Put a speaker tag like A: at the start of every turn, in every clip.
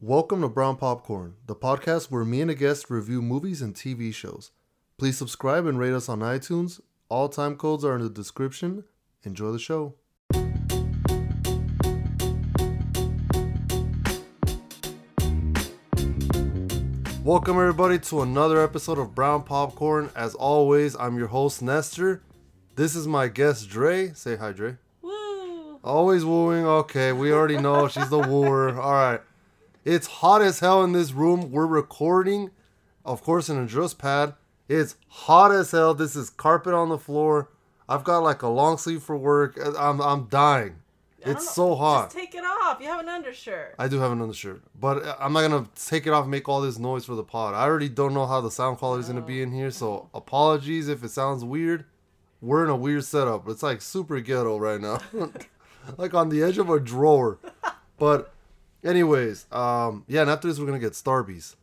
A: Welcome to Brown Popcorn, the podcast where me and a guest review movies and TV shows. Please subscribe and rate us on iTunes. All time codes are in the description. Enjoy the show. Welcome, everybody, to another episode of Brown Popcorn. As always, I'm your host, Nestor. This is my guest, Dre. Say hi, Dre.
B: Woo!
A: Always wooing. Okay, we already know she's the wooer. All right. It's hot as hell in this room. We're recording, of course, in a dress pad. It's hot as hell. This is carpet on the floor. I've got like a long sleeve for work. I'm, I'm dying.
B: I don't
A: It's
B: know.
A: so hot.
B: Oh, Just take it off. You have an undershirt.
A: I do have an undershirt, but I- I'm not gonna take it off and make all this noise for the pod. I already don't know how the sound quality is gonna be in here, so apologies if it sounds weird. We're in a weird setup. It's like super ghetto right now, like on the edge of a drawer. But, anyways, um, yeah. And after this, we're gonna get Starbies.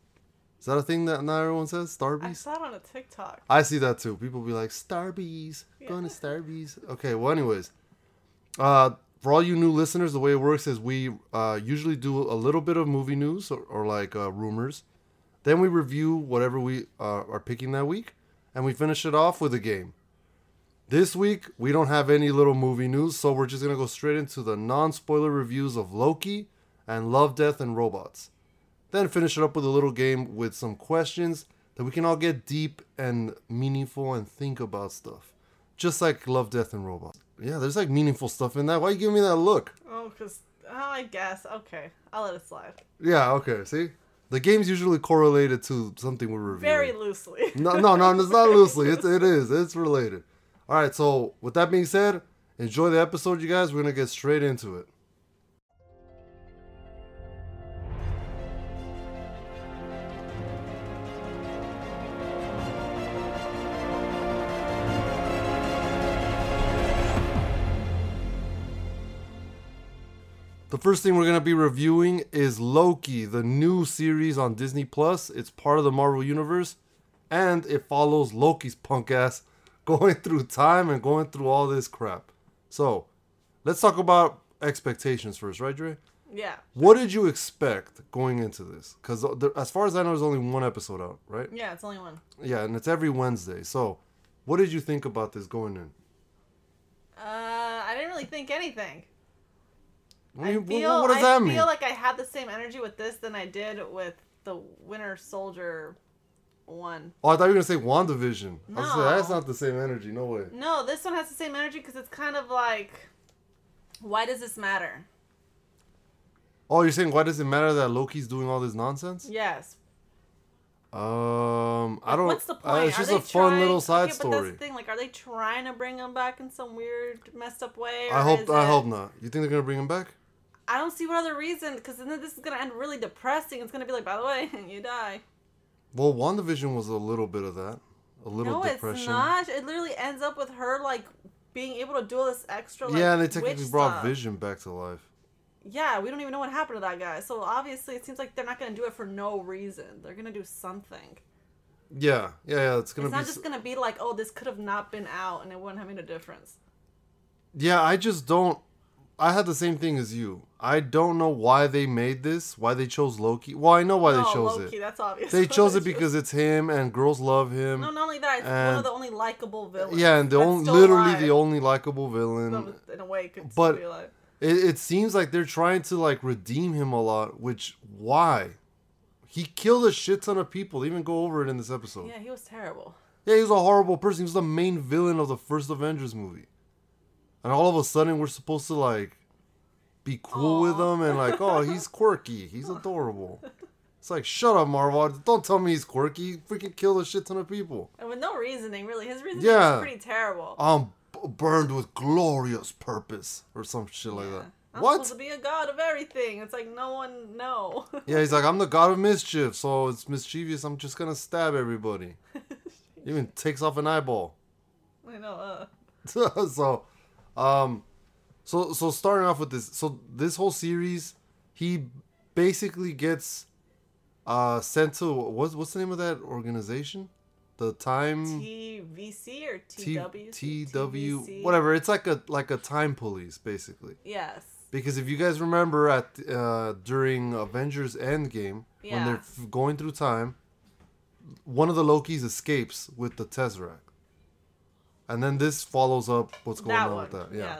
A: Is that a thing that not everyone says?
B: I
A: Starbies.
B: saw it on a TikTok.
A: I see that too. People be like, Starbies, going to Starbies. Okay, well, anyways, uh, for all you new listeners, the way it works is we uh, usually do a little bit of movie news or, or like uh, rumors. Then we review whatever we uh, are picking that week, and we finish it off with a game. This week, we don't have any little movie news, so we're just going to go straight into the non spoiler reviews of Loki and Love, Death, and Robots then finish it up with a little game with some questions that we can all get deep and meaningful and think about stuff. Just like Love, Death, and Robots. Yeah, there's like meaningful stuff in that. Why you giving me that look?
B: Oh, because, oh, I guess. Okay. I'll let it slide.
A: Yeah, okay, see? The game's usually correlated to something we're reviewing.
B: Very loosely.
A: No, no, no, it's not loosely. It's, it is. It's related. All right, so with that being said, enjoy the episode, you guys. We're going to get straight into it. The first thing we're going to be reviewing is Loki, the new series on Disney Plus. It's part of the Marvel Universe and it follows Loki's punk ass going through time and going through all this crap. So, let's talk about expectations first, right, Dre?
B: yeah.
A: What did you expect going into this? Because as far as I know, there's only one episode out, right?
B: Yeah, it's only one.
A: Yeah, and it's every Wednesday. So, what did you think about this going in?
B: Uh, I didn't really think anything.
A: What,
B: I
A: do you-
B: feel,
A: what- what does that
B: I
A: mean?
B: feel like I had the same energy with this than I did with the Winter Soldier one.
A: oh, I thought you were gonna say WandaVision. I was gonna say,
B: No.
A: that's not the same energy. No way.
B: No, this one has the same energy because it's kind of like, why does this matter?
A: Oh, you're saying why does it matter that Loki's doing all this nonsense?
B: Yes.
A: Um, I
B: Like,
A: don't.
B: What's the
A: uh,
B: point?
A: it's
B: Are
A: just
B: they
A: a fun little
B: trying-
A: side
B: okay, But
A: story.
B: that's the thing. Like, are they trying to bring him back in some weird, messed up way? or
A: I hope.
B: is
A: I
B: it-
A: hope not. You think they're gonna bring him back?
B: I don't see what other reason, because then this is gonna end really depressing. It's gonna be like, by the way, you die.
A: Well, WandaVision was a little bit of that. A little
B: no,
A: depression.
B: it's not. It literally ends up with her like being able to do all this extra. Like,
A: yeah, and they
B: witch
A: technically brought
B: stuff.
A: Vision back to life.
B: Yeah, we don't even know what happened to that guy. So obviously, it seems like they're not gonna do it for no reason. They're gonna do something.
A: Yeah, yeah, yeah. It's gonna
B: It's
A: be.
B: not
A: s-
B: just gonna be like, oh, this could have not been out, and it wouldn't have made a difference.
A: Yeah, I just don't. I had the same thing as you. I don't know why they made this. Why they chose Loki. Well, I know why they
B: oh,
A: chose
B: Loki,
A: it.
B: that's obvious.
A: They chose it because it's him and girls love him.
B: No, not only that, it's one
A: And-
B: of the only likable villains.
A: yeah, and the
B: that's
A: only,
B: still
A: literally
B: alive.
A: the only likable villain.
B: Some- In a way, could
A: but-
B: still be alive.
A: It, it seems like they're trying to like redeem him a lot, which why? He killed a shit ton of people. They even go over it in this episode. Yeah.
B: Yeah, he was terrible.
A: he was a horrible person. He was the main villain of the first Avengers movie. And all of a sudden, we're supposed to like be cool with
B: Aw.
A: him and like, oh, he's quirky. He's adorable. It's like, shut up, Marvel. Don't tell me he's quirky. He freaking killed a shit ton of people.
B: And with no reasoning, really. His reasoning
A: Yeah. Uh,
B: was pretty terrible.
A: I'm b- burned with glorious purpose or some shit like
B: Yeah.
A: that.
B: I'm
A: what?
B: supposed to be a god of everything. It's like no one no.
A: Yeah, he's like, I'm the god of mischief, so it's mischievous. I'm just gonna stab everybody. Even takes off an eyeball.
B: I know. Uh,
A: so, um, so so starting off with this, so this whole series, he basically gets, uh, sent to what's what's the name of that organization? The time
B: TVC or
A: Mm. T-
B: TW?
A: TW
B: TVC?
A: whatever. It's like a like a time police basically.
B: Yes.
A: Because if you guys remember at uh, during Avengers Endgame when
B: Yeah.
A: they're f- going through time, one of the Loki's escapes with the Tesseract, and then this follows up what's going
B: that
A: on
B: one.
A: with that.
B: yeah.
A: Yeah.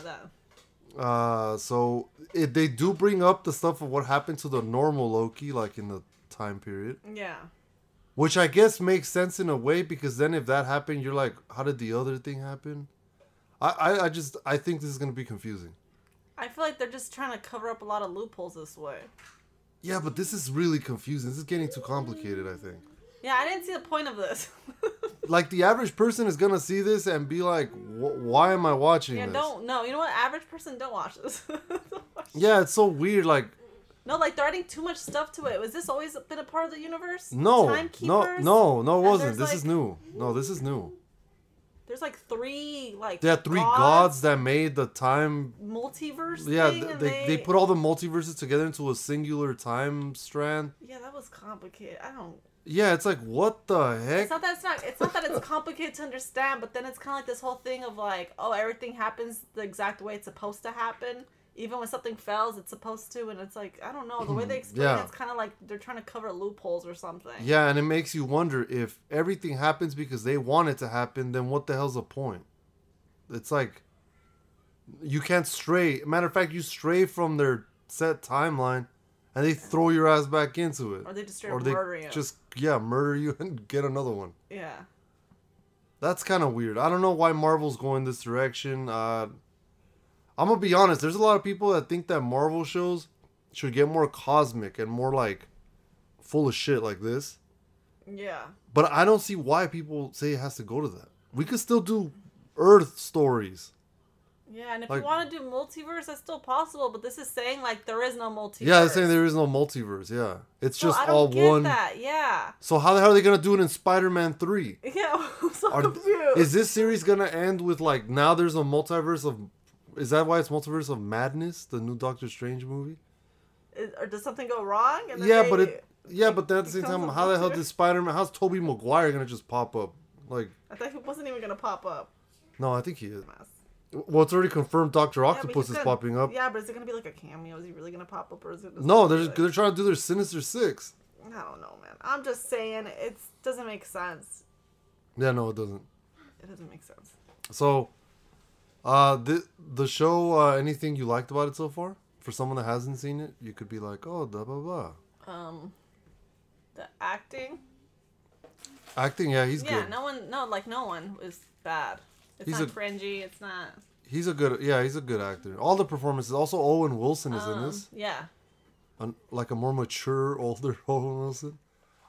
B: that.
A: Uh, so it, they do bring up the stuff of what happened to the normal Loki, like in the time period,
B: Yeah.
A: which I guess makes sense in a way because then if that happened, you're like, how did the other thing happen? I, I, I just I think this is gonna be confusing.
B: I feel like they're just trying to cover up a lot of loopholes this way.
A: Yeah, but this is really confusing. This is getting too complicated, I think.
B: Yeah, I didn't see the point of this.
A: Like the average person is gonna see this and be like, "Wh- "Why am I watching
B: yeah,
A: this?"
B: don't. No, you know what? Average person don't watch this. Don't watch-
A: Yeah, it's so weird. Like,
B: no, like they're adding too much stuff to it. Was this always been a part of the universe?
A: no, no,
B: Timekeepers?
A: no, no, it
B: And
A: wasn't.
B: there's,
A: This is
B: like-
A: new. No, this is new.
B: There's like three like.
A: There are three gods that made the time.
B: Multiverse.
A: Yeah,
B: thing,
A: th-
B: and
A: they, they put all the multiverses together into a singular time strand.
B: Yeah, that was complicated. I don't.
A: Yeah, it's like what the
B: It's
A: heck?
B: not that it's not. It's not that it's complicated to understand, but then it's kind of like this whole thing of like, oh, everything happens the exact way it's supposed to happen. Even when something fails, it's supposed to, and it's like I don't know the way they explain
A: Yeah.
B: it, it's kind of like they're trying to cover loopholes or something.
A: Yeah, and it makes you wonder if everything happens because they want it to happen, then what the hell's the point? It's like you can't stray. Matter of fact, you stray from their set timeline and they throw your ass back into it.
B: Or they just straight up murder you.
A: just yeah, murder you and get another one.
B: Yeah.
A: That's kind of weird. I don't know why Marvel's going this direction. Uh, I'm gonna be honest. There's a lot of people that think that Marvel shows should get more cosmic and more like full of shit like this.
B: Yeah.
A: But I don't see why people say it has to go to that. We could still do Earth stories.
B: Yeah, and if
A: Like-
B: you want to do multiverse, that's still possible. But this is saying like there is no multiverse.
A: Yeah, they're saying there is no multiverse. Yeah, it's
B: So
A: just
B: I don't
A: all
B: get
A: one.
B: That. Yeah.
A: So how the hell are they gonna do it in Spider-Man Three?
B: Yeah. I'm so
A: Are,
B: confused.
A: is this series gonna end with like now there's a multiverse of? Is that why it's multiverse of madness, the new Doctor Strange movie?
B: Is- or does something go wrong? And then
A: Yeah,
B: they-
A: but it. Yeah, but then at the same
B: becomes
A: time,
B: a
A: how the hell
B: multiverse?
A: did Spider-Man? How's Tobey Maguire gonna just pop up? Like,
B: I thought he wasn't even gonna pop up.
A: no, I think he is.
B: Dumbass.
A: Well, it's already confirmed. Doctor
B: Yeah, but
A: Octopus
B: he's
A: is
B: gonna-
A: popping up.
B: Yeah, but is it gonna be like a cameo? Is he really gonna pop up or is it? Just
A: No,
B: gonna
A: they're
B: be
A: just, they're trying to do their Sinister Six.
B: like- I don't know, man. I'm just saying it doesn't make sense.
A: Yeah, no, it doesn't.
B: It doesn't make sense.
A: So, uh, the the show. Uh, anything you liked about it so far? For someone that hasn't seen it, you could be like, oh, blah blah blah.
B: Um, the acting.
A: Acting, yeah, he's
B: yeah,
A: good.
B: no one, no, like no one was bad. It's
A: He's
B: not
A: a-
B: cringy. It's not.
A: He's a good, yeah, he's a good actor. All the performances. Also, Owen Wilson is in
B: um,
A: this,
B: Yeah.
A: An, like a more mature, older Owen Wilson.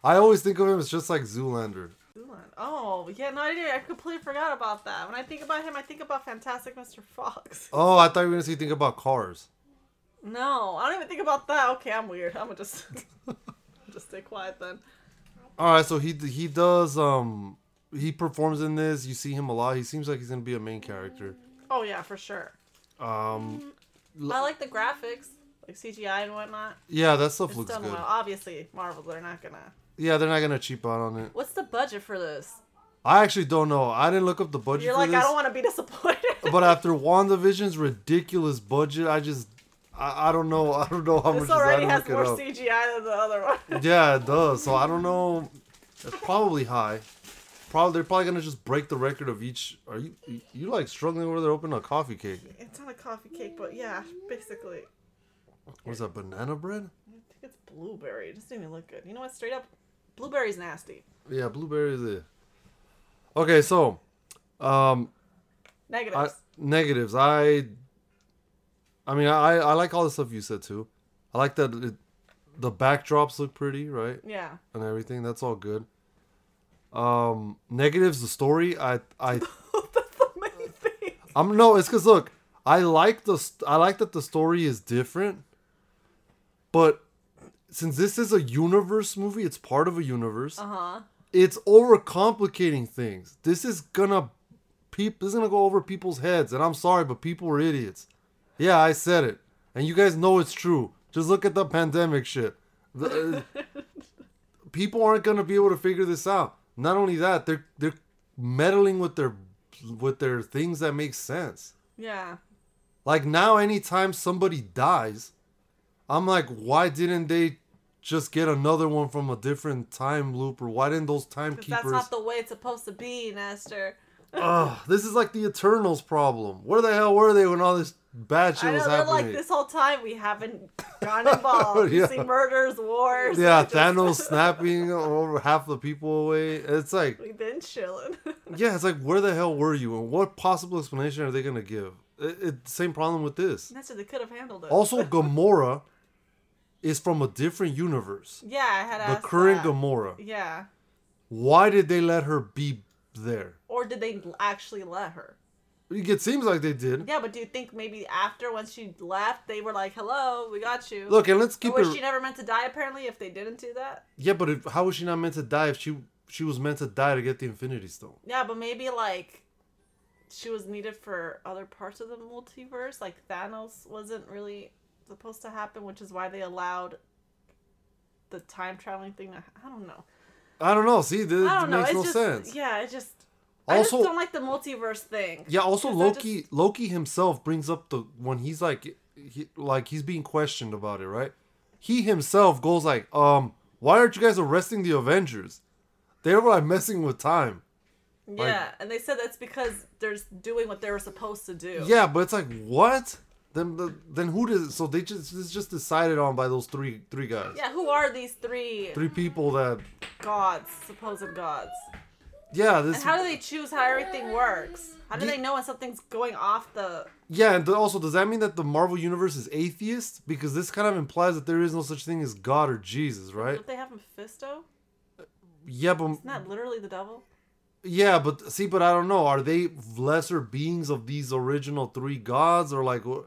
A: I always think of him as just like Zoolander.
B: Zoolander. Oh yeah, no, I did. I completely forgot about that. When I think about him, I think about Fantastic Mr. Fox.
A: Oh, I thought you were gonna say think about Cars.
B: No, I don't even think about that. Okay, I'm weird. I'm gonna just just stay quiet then.
A: All right, so he he does um he performs in this. You see him a lot. He seems like he's gonna be a main character.
B: Oh yeah, for sure.
A: Um,
B: I like the graphics, like CGI and whatnot.
A: yeah, that stuff
B: It's
A: looks
B: done
A: good.
B: well. Obviously, Marvel, they're not gonna.
A: Yeah, they're not gonna cheap out on it.
B: What's the budget for this?
A: I actually don't know. I didn't look up the budget
B: You're
A: for
B: like,
A: this.
B: I don't want to be disappointed.
A: but after WandaVision's ridiculous budget, I just I, I don't know. I don't know how much is
B: this
A: I
B: already
A: didn't
B: has
A: look
B: more
A: it up.
B: CGI than the other one.
A: Yeah, it does. So I don't know. It's probably high. Probably they're probably gonna just break the record of each. Are you you- you like struggling over there opening a coffee cake?
B: It's not a coffee cake, but yeah, basically.
A: What is that banana bread?
B: I think it's blueberry. It doesn't even look good. You know what? Straight up, blueberry's nasty.
A: Yeah, blueberries. eh. Okay, so um I,
B: Negatives.
A: negatives. I, I mean, I I like all the stuff you said too. I like that it, the backdrops look pretty, right,
B: yeah.
A: and everything. That's all good. Um, negatives. The story. I I
B: That's the main thing.
A: I'm no. It's because look, I like the st- I like that the story is different, but since this is a universe movie, it's part of a universe.
B: Uh huh.
A: It's overcomplicating things. This is gonna peep. This is gonna go over people's heads, and I'm sorry, but people are idiots. Yeah, I said it, and you guys know it's true. Just look at the pandemic shit. The- uh, people aren't gonna be able to figure this out. Not only that, they're they're meddling with their with their things that make sense.
B: Yeah.
A: Like now, anytime somebody dies, I'm like, why didn't they just get another one from a different time loop, or why didn't those
B: Because that's
A: timekeepers?
B: not the way it's supposed to be, Nestor.
A: Ugh, this is like the Eternals problem. Where the hell were they when all this bad shit
B: I know
A: was
B: they're
A: happening?
B: like this whole time we haven't gone involved.
A: Yeah.
B: You see murders, wars.
A: yeah,
B: we just-
A: Thanos snapping over half the people away. It's like
B: We've been chilling.
A: Yeah, it's like where the hell were you, and what possible explanation are they gonna give? It, it same problem with this.
B: Nestor, they could have handled it.
A: Also, Gamora is from a different universe.
B: yeah, I had
A: The
B: asked
A: current
B: that.
A: Gamora.
B: Yeah,
A: Why did they let her be there?
B: or did they l- actually let her?
A: It seems like they did.
B: Yeah, but do you think maybe after once she left, they were like, "Hello, we got you."
A: Look, and let's keep
B: or was she
A: it.
B: never meant to die? Apparently, if they didn't do that.
A: Yeah, but if, how was she not meant to die if she she was meant to die to get the Infinity Stone?
B: Yeah, but maybe like she was needed for other parts of the multiverse. Like Thanos wasn't really supposed to happen, which is why they allowed the time traveling thing. To, I don't know.
A: I don't know. See, this
B: I don't know.
A: makes
B: It's
A: no
B: just
A: sense. Yeah.
B: yeah. It just I
A: Also-
B: just don't like the multiverse thing.
A: also
B: 'Cause I just-
A: Loki. Loki himself brings up the when he's like, he, like he's being questioned about it, right? he himself goes like, um, why aren't you guys arresting the Avengers? They were like messing with time.
B: yeah, and they said that's because they're just doing what they were supposed to do.
A: Yeah, but it's like what? Then the, then who does? So they just this is just decided on by those three three guys,
B: Yeah, who are these three
A: three people that
B: gods, supposed gods?
A: yeah this
B: And how do they choose how everything works? How do
A: Ye-
B: they know when something's going off the
A: yeah. And th- also, does that mean that the Marvel universe is atheist? Because this kind of implies that there is no such thing as God or Jesus, right?
B: Don't they have Mephisto?
A: Yeah, but
B: Isn't that literally the devil?
A: yeah, but see, but I don't know. Are they lesser beings of these original three gods, or like wh-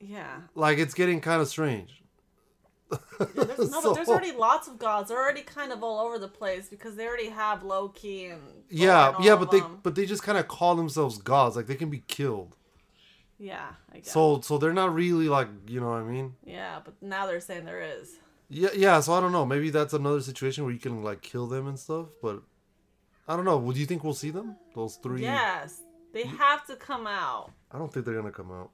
B: Yeah.
A: like it's getting kind of strange.
B: There's, no,
A: So-
B: but there's already lots of gods. They're already kind of all over the place because they already have Loki and Thor
A: yeah,
B: and all
A: yeah,
B: of
A: but they
B: them.
A: but they just kind of call themselves gods, like they can be killed.
B: yeah, I guess.
A: So so they're not really like you know what I mean.
B: yeah, but now they're saying there is.
A: Yeah, yeah. So I don't know. Maybe that's another situation where you can like kill them and stuff. But I don't know. Well, do you think we'll see them? Those three? Mm.
B: Yes, they have to come out.
A: I don't think they're gonna come out.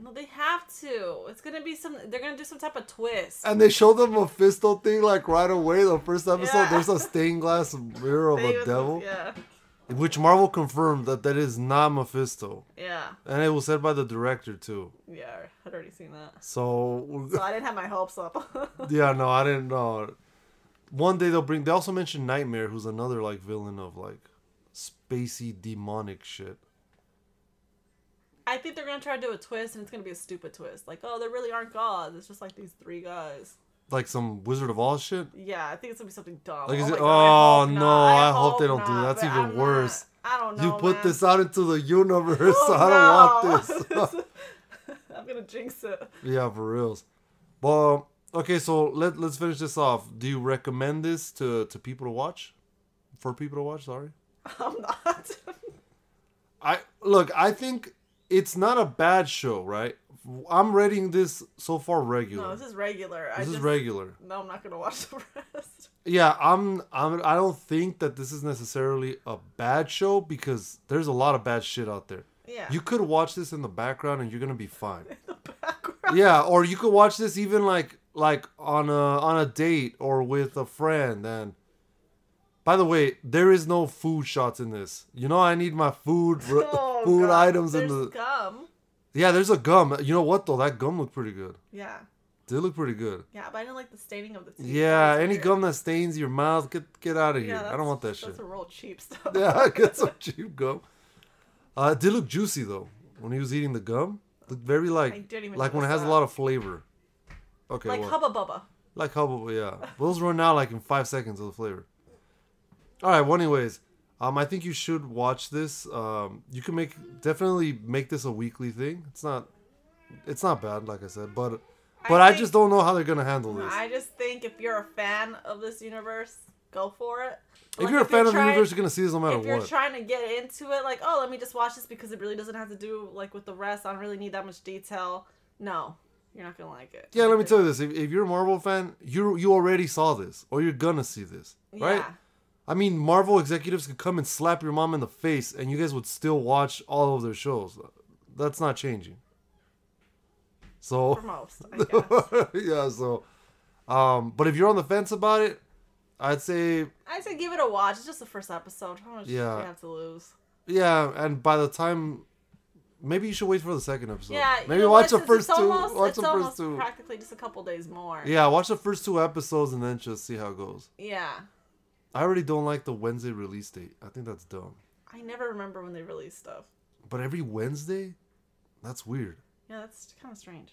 B: No, they have to. It's gonna be some. They're gonna do some type of twist.
A: And they show them a Mephisto thing like right away. The first episode,
B: Yeah.
A: there's a stained glass mirror of
B: They
A: a
B: was-
A: devil,
B: Yeah,
A: which Marvel confirmed that that is not Mephisto,
B: yeah,
A: and it was said by the director too.
B: yeah. I'd already seen that.
A: So
B: So I didn't have my hopes up.
A: Yeah, no, I didn't know. One day they'll bring. They also mentioned Nightmare, who's another like villain of like spacey demonic shit.
B: I think they're gonna try to do a twist, and it's gonna be a stupid twist. Like, oh, there really aren't gods. It's just like these three guys.
A: Like some Wizard of Oz shit.
B: Yeah, I think it's gonna be something dumb.
A: Like, is
B: my
A: it-
B: God, I
A: oh,
B: hope
A: no,
B: not.
A: I hope they don't do that. That's
B: but
A: even
B: I'm
A: worse.
B: Not, I don't know.
A: you put
B: man.
A: this out into the universe.
B: Oh,
A: I
B: no.
A: don't want this.
B: I'm gonna jinx it.
A: yeah, for reals. But okay, so let let's finish this off. Do you recommend this to to people to watch? For people to watch, sorry.
B: I'm not.
A: I look. I think it's not a bad show, right? I'm rating this so far regular.
B: no, this is regular. I
A: This is
B: just-
A: regular.
B: No, I'm not gonna watch the rest.
A: Yeah, I'm, I'm. I don't think that this is necessarily a bad show because there's a lot of bad shit out there.
B: Yeah.
A: You could watch this in the background and you're gonna be fine.
B: the background.
A: yeah, or you could watch this even like like on a on a date or with a friend. And by the way, there is no food shots in this. You know, I need my food
B: Oh,
A: food
B: God.
A: items in
B: There's
A: the.
B: gum.
A: Yeah, there's a gum. You know what though? That gum looked pretty good.
B: Yeah,
A: Did look pretty good.
B: yeah, but I didn't like the staining of the teeth.
A: Yeah,
B: That was
A: any
B: weird.
A: gum that stains your mouth, get get out of here. I don't
B: that's-
A: want that shit.
B: That's a real cheap stuff.
A: yeah, get some cheap gum. Uh, it did look juicy though when he was eating the gum. Looked very
B: I
A: like
B: didn't even
A: like when it has
B: notice
A: a
B: that.
A: lot of flavor. Okay,
B: like
A: well,
B: Hubba Bubba.
A: like hubba, yeah. Those run out like in five seconds of the flavor. All right. Well, anyways, um, I think you should watch this. Um, you can make definitely make this a weekly thing. It's not, it's not bad, like I said, but but I,
B: think-
A: just don't know how they're gonna handle this.
B: I just think if you're a fan of this universe, go for it.
A: if
B: Like,
A: you're a fan of the
B: trying-
A: universe, you're gonna see this no matter
B: if you're
A: what.
B: trying to get into it, like, oh, let me just watch this because it really doesn't have to do like with the rest. I don't really need that much detail. No, you're not gonna like it.
A: Yeah, let me tell you this. If, if you're a Marvel fan, you you already saw this, or you're gonna see this, right?
B: Yeah.
A: I mean, Marvel executives could come and slap your mom in the face, and you guys would still watch all of their shows. That's not changing. So
B: For most, I guess.
A: yeah, so um but if you're on the fence about it, I'd say
B: I say give it a watch. It's just the first episode. How much
A: Yeah.
B: do we have to lose?
A: yeah, and by the time maybe you should wait for the second episode.
B: Yeah. you
A: Maybe
B: know,
A: watch
B: it's-
A: the first
B: it's
A: two.
B: almost-
A: Watch
B: it's
A: the first
B: almost
A: two.
B: Practically just a couple days more.
A: yeah, watch the first two episodes and then just see how it goes.
B: Yeah.
A: I already don't like the Wednesday release date. I think that's dumb.
B: I never remember when they release stuff.
A: But every Wednesday? That's weird.
B: Yeah, that's kind of strange.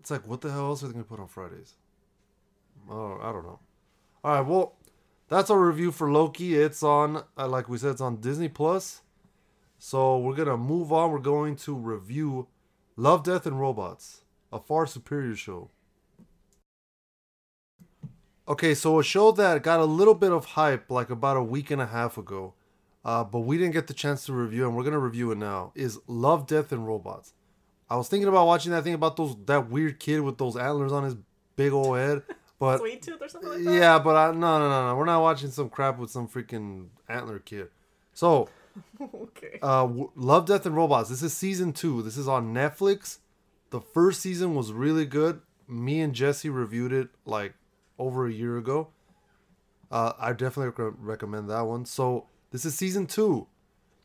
A: It's like, what the hell else are they going to put on Fridays? Oh, I don't know. All right, well, that's our review for Loki. It's on, uh, like we said, it's on Disney Plus. So we're going to move on. We're going to review Love, Death, and Robots, a far superior show. Okay, so a show that got a little bit of hype like about a week and a half ago, uh, but we didn't get the chance to review, and we're going to review it now, is Love, Death, and Robots. I was thinking about watching that thing about those that weird kid with those antlers on his big old head, but
B: Sweet Tooth or something like that?
A: yeah, but I, no, no, no, no. We're not watching some crap with some freaking antler kid. So,
B: okay.
A: uh, w- Love, Death, and Robots. This is season two. This is on Netflix. The first season was really good. Me and Jesse reviewed it like over a year ago. Uh, I definitely rec- recommend that one. So, this is season two.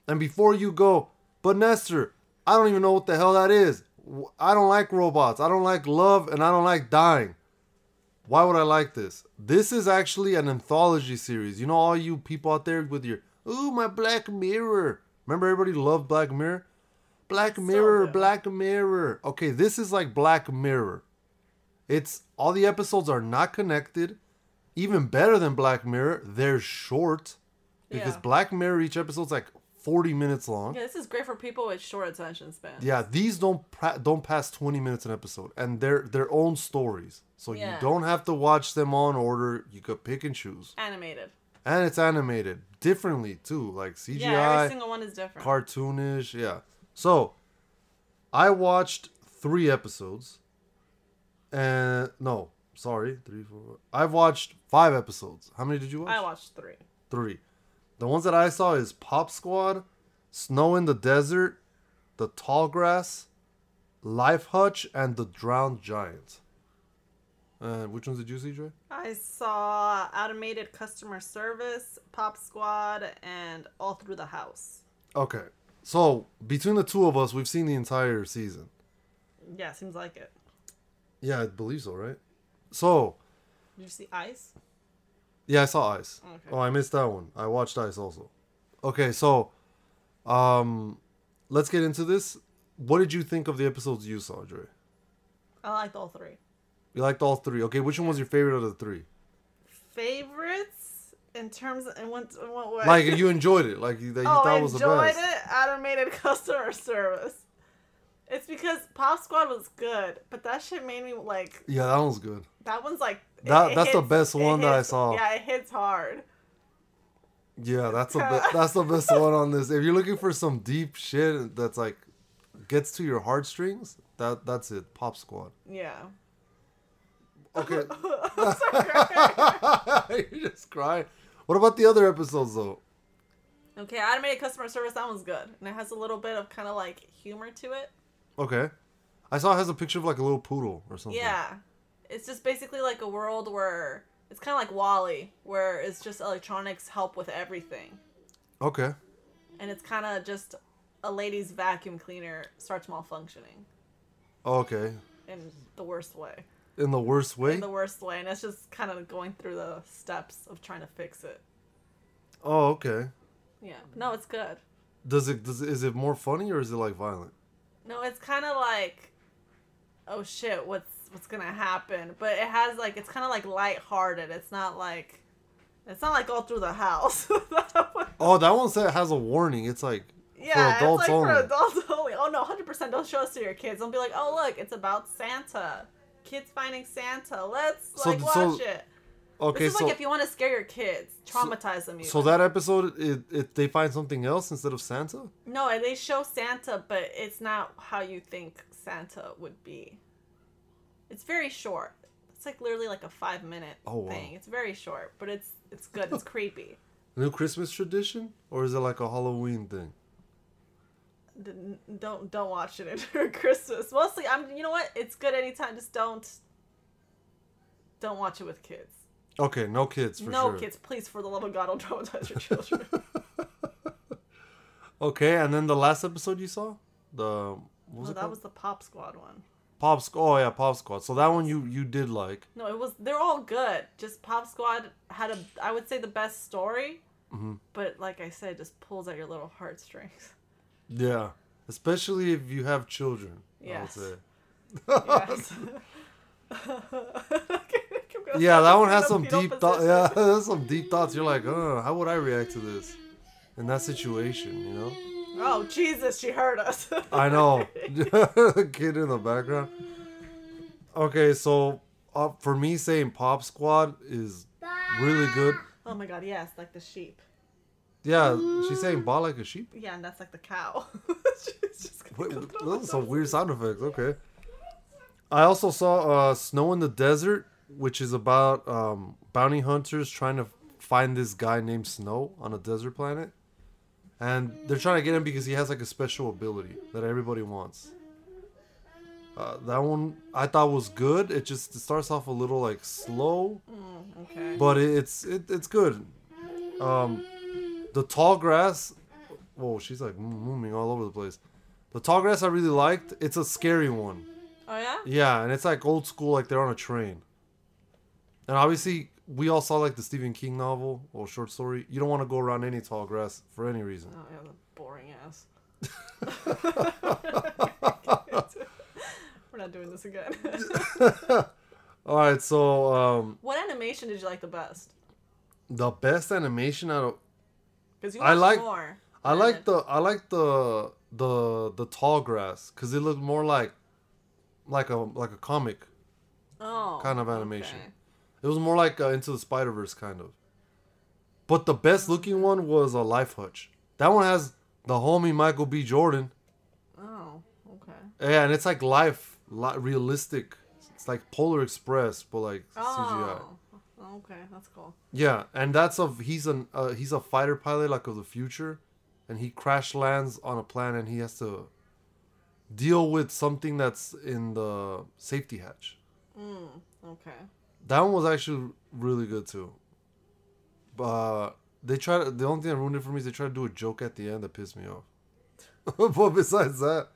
A: And before you go, but Nestor, I don't even know what the hell that is. W- I don't like robots. I don't like love, and I don't like dying. Why would I like this? This is actually an anthology series. You know, all you people out there with your ooh, my Black Mirror. Remember, everybody loved Black Mirror. Black Mirror,
B: do.
A: Black Mirror. Okay, this is like Black Mirror. It's all the episodes are not connected. Even better than Black Mirror, they're short because
B: Yeah.
A: Black Mirror each episode's like 40 minutes long.
B: Yeah, this is great for people with short attention spans.
A: Yeah, these don't pra- don't pass 20 minutes an episode and they're their own stories. So you
B: Yeah.
A: don't have to watch them all in order. You could pick and choose.
B: Animated.
A: And it's animated differently too, like CGI,
B: Yeah, every single one is different.
A: cartoonish, yeah. So, I watched 3 episodes. And no, sorry, 3 four, five. I've watched 5 episodes. How many did you watch?
B: I watched three.
A: three. The ones that I saw is Pop Squad, Snow in the Desert, The Tall Grass, Life Hutch, and The Drowned Giant. Uh, which ones did you see, Dre?
B: I saw automated customer service, Pop Squad, and All Through the House.
A: Okay. So, between the two of us, we've seen the entire season.
B: Yeah, seems like it.
A: Yeah, I believe so, right? So,
B: Did you see Ice?
A: Yeah, I saw Ice.
B: Okay.
A: Oh, I missed that one. I watched Ice also. Okay, so um let's get into this. What did you think of the episodes you saw, Dre?
B: I liked all three.
A: You liked all three. Okay, which one was your favorite out of the three?
B: Favorites in terms of in what, in what way?
A: Like you enjoyed it, like you- that you
B: oh, I
A: thought was the
B: enjoyed
A: best.
B: it. Automated customer service. It's because Pop Squad was good, but that shit made me like
A: Yeah, that one's good.
B: that one's like it-
A: That-
B: it
A: that's the
B: hits-
A: best
B: it
A: one that I
B: hits-
A: saw.
B: Yeah, it hits hard.
A: Yeah, that's the be- that's the best one on this. If you're looking for some deep shit that's like gets to your heartstrings, that that's it. Pop Squad.
B: Yeah.
A: Okay.
B: I'm so crying.
A: you just cry. What about the other episodes though?
B: Okay, automated customer service, that one's good. And it has a little bit of kind of like humor to it.
A: Okay. I saw it has a picture of like a little poodle or something.
B: Yeah. It's just basically like a world where it's kind of like Wally, where it's just electronics help with everything.
A: Okay.
B: And it's kind of just a lady's vacuum cleaner starts malfunctioning
A: Oh, Okay.
B: in the worst way.
A: In the worst way.
B: In the worst way. And it's just kind of going through the steps of trying to fix it.
A: Oh, okay.
B: Yeah. No, it's good.
A: Does it does it- is it more funny or is it like violent?
B: No, it's kind of like, oh shit, what's what's gonna happen? But it has like it's kind of like lighthearted. It's not like, it's not like all through the house.
A: Oh, that one said it has a warning. It's like
B: yeah,
A: adults
B: it's like
A: only.
B: for adults only. Oh no, hundred percent. Don't show us to your kids. Don't be like, oh look, it's about Santa. Kids finding Santa. Let's
A: So-
B: like watch
A: so-
B: it.
A: okay,
B: this is
A: so
B: like if you want to scare your kids, traumatize them. Even.
A: so that episode it, it they find something else instead of Santa?
B: no, and they show Santa, but it's not how you think Santa would be. It's very short. It's like literally like a five minute
A: Oh, wow.
B: thing. It's very short, but it's it's good. It's creepy.
A: New Christmas tradition or is it like a Halloween thing?
B: Didn't- Don't don't watch it after Christmas. Mostly, I'm. You know what? It's good anytime. Just don't. Don't watch it with kids.
A: Okay, no kids for
B: no
A: sure.
B: kids, please, for the love of God, don't traumatize your children.
A: Okay, and then the last episode you saw, the what was
B: no,
A: it
B: that
A: called?
B: was the Pop Squad one.
A: Pop Squad. Oh yeah, Pop Squad. So that one you you did like.
B: No, it was. They're all good. Just Pop Squad had a. I would say the best story,
A: Mhm.
B: but like I said, it just pulls at your little heartstrings.
A: Yeah, especially if you have children.
B: Yes.
A: I would say.
B: Yes.
A: yeah, that one
B: Fetal-
A: has some
B: fetal
A: deep thoughts.
B: position.
A: Yeah, that's some deep thoughts. You're like, oh, how would I react to this in that situation? You know.
B: Oh Jesus, she heard us.
A: I know. Kid in the background. Okay, so uh, for me, saying Pop Squad is really good.
B: oh my God, yes, like the sheep.
A: Yeah, she's saying "ba" like a sheep.
B: Yeah, and that's like the cow. She's just gonna
A: Wait,
B: go
A: wait,
B: throw
A: those are
B: it
A: some
B: up.
A: weird sound effects. Okay. I also saw uh, "Snow in the Desert," which is about um, bounty hunters trying to find this guy named Snow on a desert planet, and they're trying to get him because he has like a special ability that everybody wants. Uh, that one I thought was good. It just it starts off a little like slow,
B: Mm, okay.
A: but it, it's it, it's good. Um, the tall grass. Whoa, she's like moving all over the place. The tall grass I really liked. It's a scary one.
B: Oh yeah.
A: Yeah, and it's like old school, like they're on a train. And obviously, we all saw like the Stephen King novel or short story. You don't want to go around any tall grass for any reason.
B: Oh yeah, the boring ass. We're not doing this again.
A: all right, so um,
B: what animation did you like the best?
A: the best animation out of
B: Because you
A: I
B: watched
A: like-
B: more.
A: I
B: than
A: like the I like the the the tall grass because it looked more like like a like a comic.
B: oh,
A: kind of animation.
B: okay.
A: It was more like uh, Into the Spider Verse kind of. But the best looking one was a Life Hutch. That one has the homie Michael B. Jordan.
B: Oh, okay.
A: Yeah, and it's like life, li- realistic. It's like Polar Express, but like CGI.
B: Oh, okay, that's cool.
A: Yeah, and that's of he's an uh, he's a fighter pilot like of the future, and he crash lands on a planet and he has to deal with something that's in the safety hatch.
B: Mm, okay.
A: That one was actually really good too. But they tried. The only thing that ruined it for me is they tried to do a joke at the end that pissed me off. but besides that,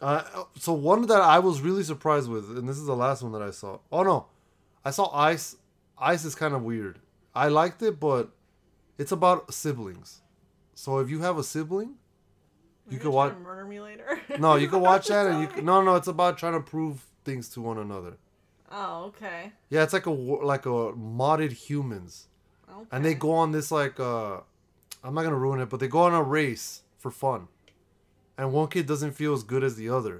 A: uh, so one that I was really surprised with, and this is the last one that I saw. Oh no, I saw Ice. Ice is kind of weird. I liked it, but it's about siblings. So if you have a sibling,
B: Are
A: you
B: gonna
A: could watch.
B: try to Murder me later.
A: No, you can watch that, and you
B: Sorry.
A: can, no, no. It's about trying to prove things to one another.
B: Oh, okay.
A: Yeah, it's like a war- like a modded humans.
B: okay.
A: and they go on this like uh i'm not gonna ruin it but they go on a race for fun and one kid doesn't feel as good as the other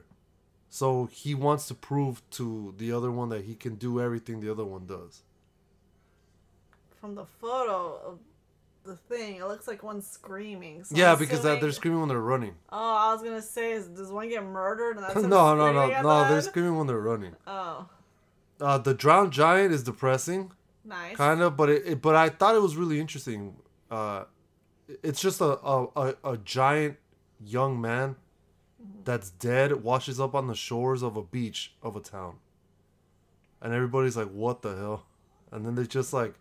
A: so he wants to prove to the other one that he can do everything the other one does
B: from the photo of the thing. It looks like one's screaming. So
A: yeah
B: I'm
A: because that, they're
B: assuming-
A: screaming when they're running
B: Oh, I was gonna say, is, does one get murdered? And that's
A: no
B: him
A: no no
B: screaming at
A: no
B: the
A: they're
B: end?
A: screaming when they're running
B: Oh,
A: uh the drowned giant is depressing
B: nice.
A: kind of but it, it but i thought it was really interesting uh it- it's just a a, a, a giant young man that's dead washes up on the shores of a beach of a town and everybody's like what the hell and then they just like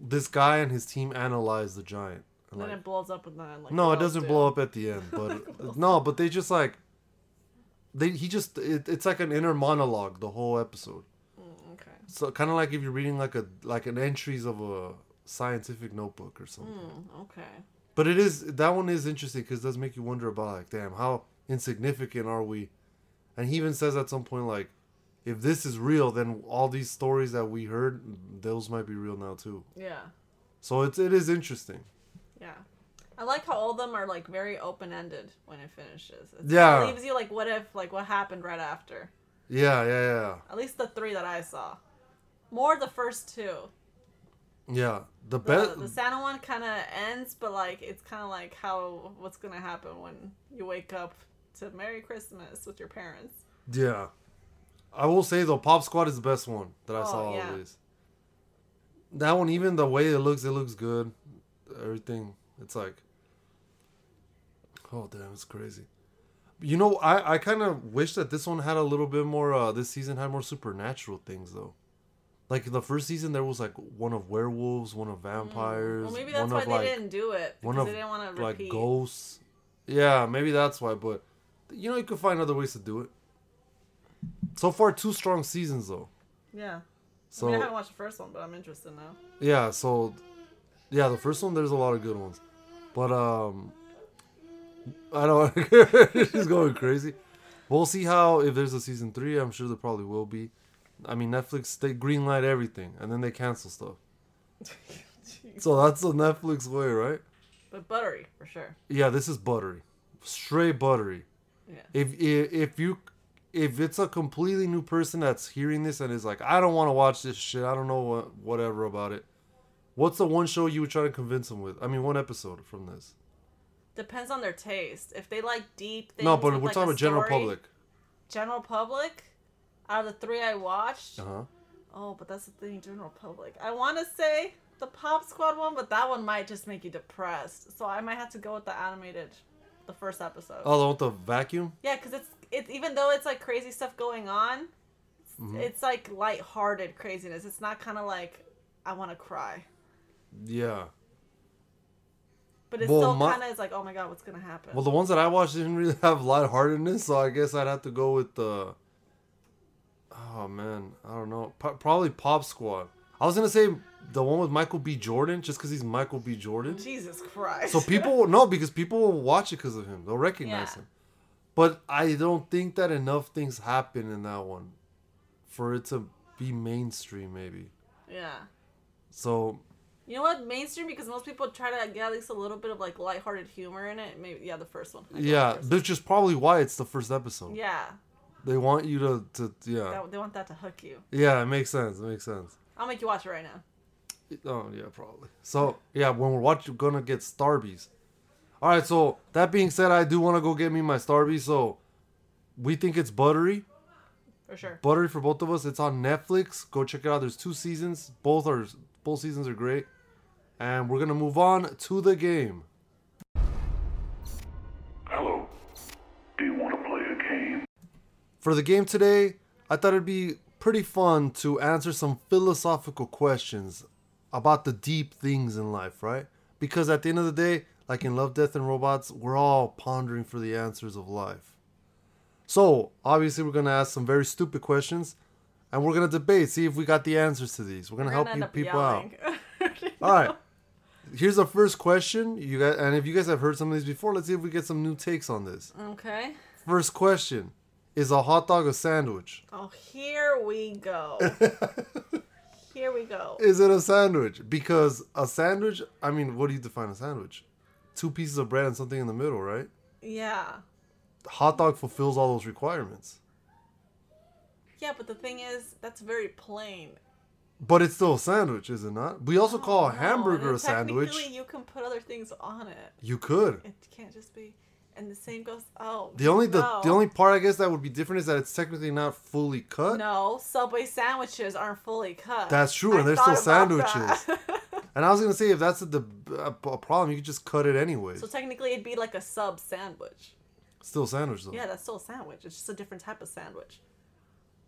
A: this guy and his team analyze the giant And,
B: then
A: like,
B: it blows up and then like
A: no
B: what
A: it
B: else
A: doesn't
B: do?
A: blow up at the end but no but they just like they he just it, it's like an inner monologue the whole episode
B: Mm, okay.
A: so kind of like if you're reading like a like an entries of a scientific notebook or something.
B: Mm, okay.
A: But it is that one is interesting because it does make you wonder about like, damn, how insignificant are we? And he even says at some point like, if this is real, then all these stories that we heard, those might be real now too.
B: Yeah.
A: So it's it is interesting.
B: Yeah. I like how all of them are like very open ended when it finishes. It's-
A: Yeah.
B: It leaves you like, what if, like, what happened right after?
A: Yeah, yeah, yeah,
B: At least the three that I saw. More the first two.
A: yeah. The
B: The,
A: best.
B: the Santa one kind of ends, but like, it's kind of like how what's going to happen when you wake up to Merry Christmas with your parents.
A: Yeah. I will say though, Pop Squad is the best one that I
B: Oh,
A: saw
B: yeah.
A: all these. That one, even the way it looks, it looks good. Everything. It's like Oh damn, it's crazy. You know, I I kind of wish that this one had a little bit more. uh This season had more supernatural things though. Like in the first season, there was like one of werewolves, one of vampires,
B: Mm, Well, maybe that's
A: one
B: why
A: of
B: they
A: like
B: didn't do it because
A: one of
B: they didn't want to
A: like
B: repeat.
A: ghosts. Yeah, maybe that's why. But you know, you could find other ways to do it. So far, two strong seasons though.
B: Yeah.
A: So
B: I mean, I haven't watched the first one, but I'm interested now.
A: yeah so yeah the first one there's a lot of good ones but um i don't she's going crazy we'll see how if there's a season three i'm sure there probably will be i mean netflix they greenlight everything and then they cancel stuff
B: Jeez.
A: so that's the netflix way right
B: but buttery for sure.
A: yeah this is buttery straight buttery
B: Yeah.
A: if if, if you if it's a completely new person that's hearing this and is like i don't want to watch this shit i don't know what whatever about it what's the one show you would try to convince them with i mean one episode from this
B: Depends on their taste. If they like deep things,
A: no but we're
B: with, like,
A: talking
B: a
A: about general
B: story-
A: public
B: General public. Out of the three I watched,
A: uh-huh
B: oh, but that's the thing, general public. I want to say the Pop Squad one, but that one might just make you depressed. So I might have to go with the animated, the first episode.
A: oh the one with the vacuum
B: Yeah, because it's it's even though it's like crazy stuff going on,
A: Mhm.
B: it's like lighthearted craziness. It's not kind of like I want to cry,
A: yeah
B: but it's
A: Well,
B: still
A: my-
B: kind of is like, oh my god, what's gonna happen?
A: well the ones that i watched didn't really have lightheartedness so i guess i'd have to go with the oh man i don't know Pro- probably pop squad i was gonna say the one with michael b jordan just because he's michael b jordan
B: Jesus Christ!
A: So people no, because people will watch it because of him. They'll recognize
B: Yeah.
A: him. But I don't think that enough things happen in that one for it to be mainstream. Maybe
B: yeah.
A: so.
B: You know what? Mainstream because most people try to get at least a little bit of like lighthearted humor in it. Maybe yeah, the first one. I go with the
A: Yeah,
B: first
A: that's just probably why it's the first episode.
B: one. Yeah,
A: They want you to, to yeah,
B: that, they want that to hook you.
A: yeah. It makes sense. It makes sense.
B: I'll make you watch it right now.
A: Oh yeah, probably. So yeah, when we're watching, we're gonna get Starbies. All right. So that being said, I do want to go get me my Starbies. So we think it's buttery.
B: For sure.
A: Buttery for both of us. It's on Netflix. Go check it out. There's two seasons. Both are both seasons are great. And we're gonna move on to the game.
C: Hello. Do you want to play a game?
A: For the game today, I thought it'd be pretty fun to answer some philosophical questions about the deep things in life, right? Because at the end of the day, like in Love, Death, and Robots, we're all pondering for the answers of life. So, obviously, we're gonna ask some very stupid questions, and we're gonna debate, see if we got the answers to these. We're gonna help you people out. All right. Here's the first question. You guys, and if you guys have heard some of these before, let's see if we get some new takes on this.
B: Okay.
A: First question: Is a hot dog a sandwich?
B: Oh, here we go. here we go.
A: Is it a sandwich? Because a sandwich, I mean, what do you define a sandwich? Two pieces of bread and something in the middle, right?
B: Yeah.
A: Hot dog fulfills all those requirements,
B: Yeah, but the thing is, that's very plain.
A: but it's still a sandwich, is it not? We also call a
B: Oh, No,
A: hamburger
B: and
A: a sandwich.
B: Technically, you can put other things on it.
A: You could.
B: It can't just be. And the same goes. Oh.
A: The only the,
B: no.
A: the only part I guess that would be different is that it's technically not fully cut.
B: No, Subway sandwiches aren't fully cut.
A: That's true, and they're
B: thought
A: still
B: about that.
A: And I was gonna say if that's a, deb- a a problem, you could just cut it anyways.
B: so technically, it'd be like a sub sandwich.
A: Still sandwich though.
B: Yeah, that's still a sandwich. It's just a different type of sandwich.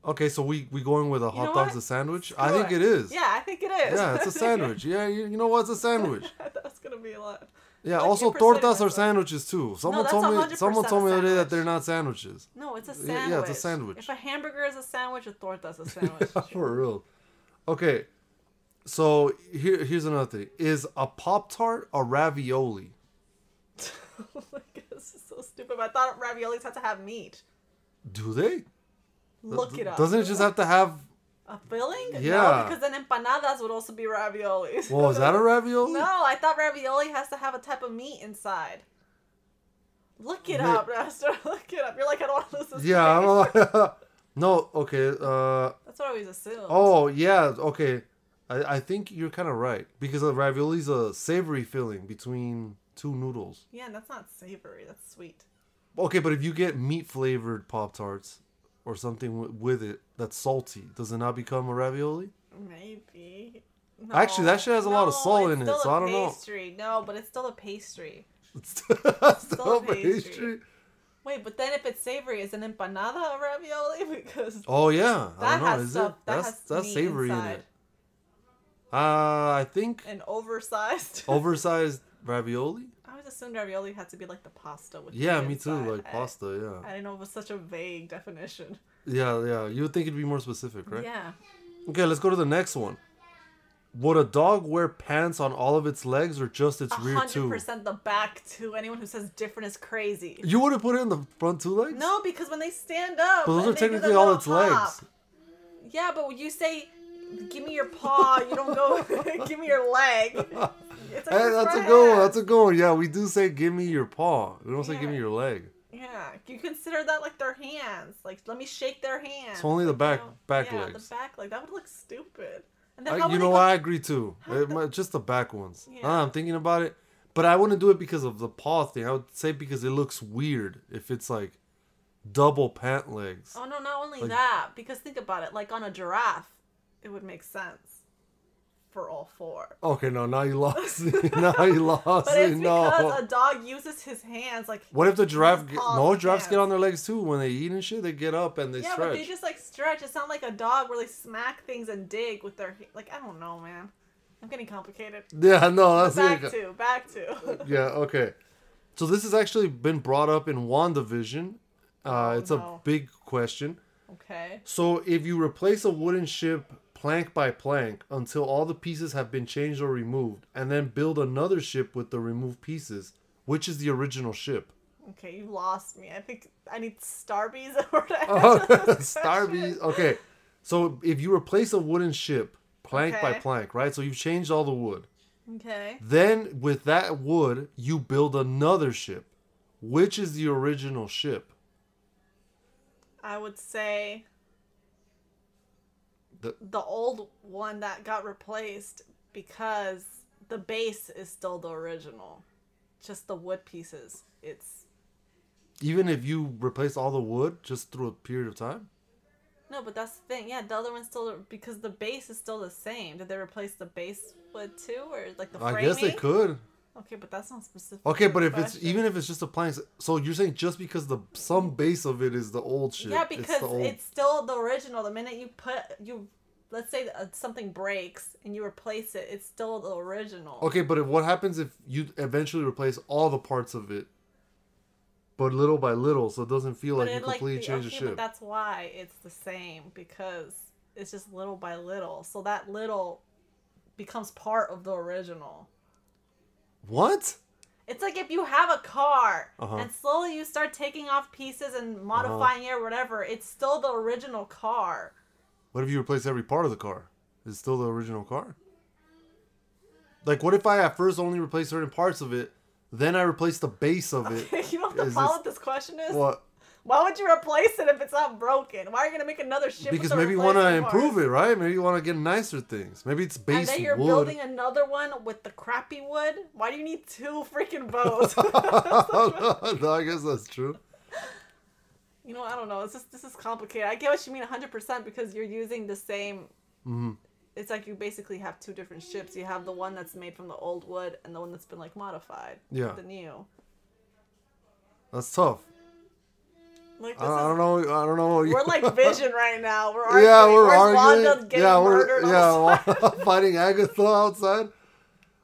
A: Okay, so we we going with a hot
B: know
A: dog's
B: what?
A: a sandwich? I think
B: Sure.
A: it is.
B: Yeah, I think it is.
A: Yeah, it's a sandwich. Yeah, you, you know what? It's a sandwich.
B: that's gonna be a lot.
A: Yeah.
B: Like,
A: also,
B: you're perceiving
A: tortas are
B: myself.
A: sandwiches too. Someone
B: that's
A: told me.
B: 100%
A: Someone told me
B: a
A: the other day that
B: sandwich.
A: they're not sandwiches.
B: No, it's a
A: Yeah,
B: sandwich.
A: yeah, it's a sandwich.
B: If a hamburger is a sandwich, a torta's a sandwich.
A: For real. Okay. So here here's another thing: Is a pop tart a ravioli?
B: like, this is so stupid. But I thought raviolis had to have meat.
A: Do they?
B: Look it up.
A: Doesn't it just have to have?
B: a filling?
A: Yeah.
B: No, because then empanadas would also be raviolis.
A: Well, oh, is that a ravioli?
B: No, I thought ravioli has to have a type of meat inside. Look it
A: Wait.
B: up, Nestor. Look it up. You're like, I don't want to lose this.
A: Yeah. I
B: thing.
A: don't know. no. Okay. Uh.
B: That's what I always assume.
A: Oh yeah, okay. I, I think you're kind of right because a ravioli is a savory filling between two noodles.
B: Yeah, and that's not savory. That's sweet.
A: Okay, but if you get meat flavored pop tarts or something w- with it that's salty, does it not become a ravioli?
B: Maybe.
A: Actually, that shit has a lot of
B: No,
A: salt
B: it's
A: in it,
B: still
A: so
B: a
A: I don't know.
B: pastry. No, but it's still a pastry.
A: Stale
B: pastry. Wait, but then if it's savory, is an empanada a ravioli? Because
A: Oh yeah, I
B: That
A: don't know.
B: has
A: is
B: stuff-
A: it?
B: that
A: that's
B: has
A: that's
B: meat
A: savory in
B: inside.
A: it. Uh, I think
B: an oversized.
A: oversized ravioli.
B: I always assumed ravioli had to be like the pasta with.
A: Yeah,
B: meat
A: me too.
B: inside.
A: Like
B: I-
A: pasta.
B: I
A: Yeah,
B: didn't know it was such a vague definition.
A: yeah, yeah. You would think it'd be more specific, right?
B: Yeah.
A: Okay, let's go to the next one. Would a dog wear pants on all of its legs or just its rear
B: hundred
A: two?
B: percent the back too. Anyone who says different is crazy.
A: You would have put it in the front two legs.
B: No, because when they stand up,
A: but those
B: and
A: are
B: they do the
A: technically all
B: little
A: its
B: hop.
A: legs.
B: Yeah, but when you say, "Give me your paw," you don't go, "Give me your leg." It's like
A: Hey,
B: your
A: that's a
B: front
A: good one.
B: hand.
A: That's a good one. Yeah, we do say "give me your paw." We don't say "give
B: Yeah.
A: me your leg."
B: Yeah, you consider that like their hands. Like, let me shake their hands.
A: It's only the
B: Like,
A: back-
B: you know,
A: back
B: yeah,
A: legs.
B: the back leg. That would look stupid. And then
A: I,
B: how
A: you
B: would
A: know,
B: they go-
A: what? I agree too.
B: How
A: It
B: the-
A: might, just the back ones. Now that
B: Yeah.
A: I'm thinking about it, but I wouldn't do it because of the paw thing. I would say because it looks weird if it's like double pant legs.
B: Oh no! Not only
A: Like-
B: that, because think about it. Like on a giraffe, it would make sense for all four.
A: Okay, no, now you lost. me. now you lost.
B: But it's
A: me.
B: because
A: no.
B: a dog uses his hands. Like
A: What if the giraffe? Get,
B: paws
A: no,
B: and
A: giraffes get
B: hands.
A: on their legs too when they eat and shit. They get up and they
B: yeah,
A: stretch.
B: but they just like stretch. It's not like a dog where they smack things and dig with their like. I don't know, man. I'm getting complicated.
A: yeah, no, that's
B: Back
A: it.
B: to back to.
A: Yeah, okay. So this has actually been brought up in WandaVision. Uh,
B: Oh,
A: it's a
B: no.
A: big question.
B: okay.
A: So if you replace a wooden ship plank by plank until all the pieces have been changed or removed, and then build another ship with the removed pieces, which is the original ship?
B: Okay, you lost me. I think I need Starbies in order to
A: Oh,
B: answer this
A: Starbees.
B: question.
A: Okay. So if you replace a wooden ship plank by
B: Okay.
A: plank, right? So you've changed all the wood.
B: Okay.
A: Then with that wood, you build another ship, which is the original ship.
B: I would say
A: The-
B: the old one that got replaced because the base is still the original. Just the wood pieces. It's
A: Even if you replace all the wood just through a period of time.
B: no, but that's the thing. Yeah, the other one's still because the base is still the same. Did they replace the base wood too, or like the framing?
A: I guess they could.
B: Okay, but that's not specific.
A: Okay,
B: to the
A: but if it's
B: question.
A: even if it's just a plank, so you're saying just because the some base of it is the old shit.
B: Yeah,
A: it's the
B: because it's,
A: old-
B: still the original. The minute you put you, let's say uh, something breaks and you replace it, it's still the original.
A: okay. But if, what happens if you eventually replace all the parts of it, but little by little, so it doesn't feel like you
B: it,
A: completely
B: the-
A: change
B: okay,
A: the
B: But
A: ship.
B: that's why it's the same because it's just little by little. So that little becomes part of the original.
A: What?
B: It's like if you have a car
A: Uh-huh.
B: and slowly you start taking off pieces and modifying it or whatever, it's still the original car.
A: What if you replace every part of the car? Is it still the original car? Like, what if I at first only replace certain parts of it, then I replace the base of it?
B: you know what the
A: Is this-
B: follow up this question is?
A: What?
B: Why would you replace it if it's not broken? Why are you gonna make another ship?
A: Because maybe you want to improve it, right? Maybe you want to get nicer things. Maybe it's
B: And
A: base
B: then you're
A: wood.
B: building another one with the crappy wood. Why do you need two freaking boats?
A: no, I guess that's true.
B: you know, I don't know. It's just this is complicated. I get what you mean 100% because you're using the same.
A: Mm-hmm.
B: It's like you basically have two different ships. You have the one that's made from the old wood and the one that's been like modified.
A: Yeah.
B: The new.
A: That's tough.
B: Like
A: I,
B: this
A: I
B: is
A: don't know. I don't know.
B: we're like Vision right now. We're arguing.
A: yeah, we're
B: Where's Wanda
A: arguing.
B: getting
A: Yeah,
B: murdered
A: we're
B: on the
A: yeah
B: side?
A: fighting Agatha outside.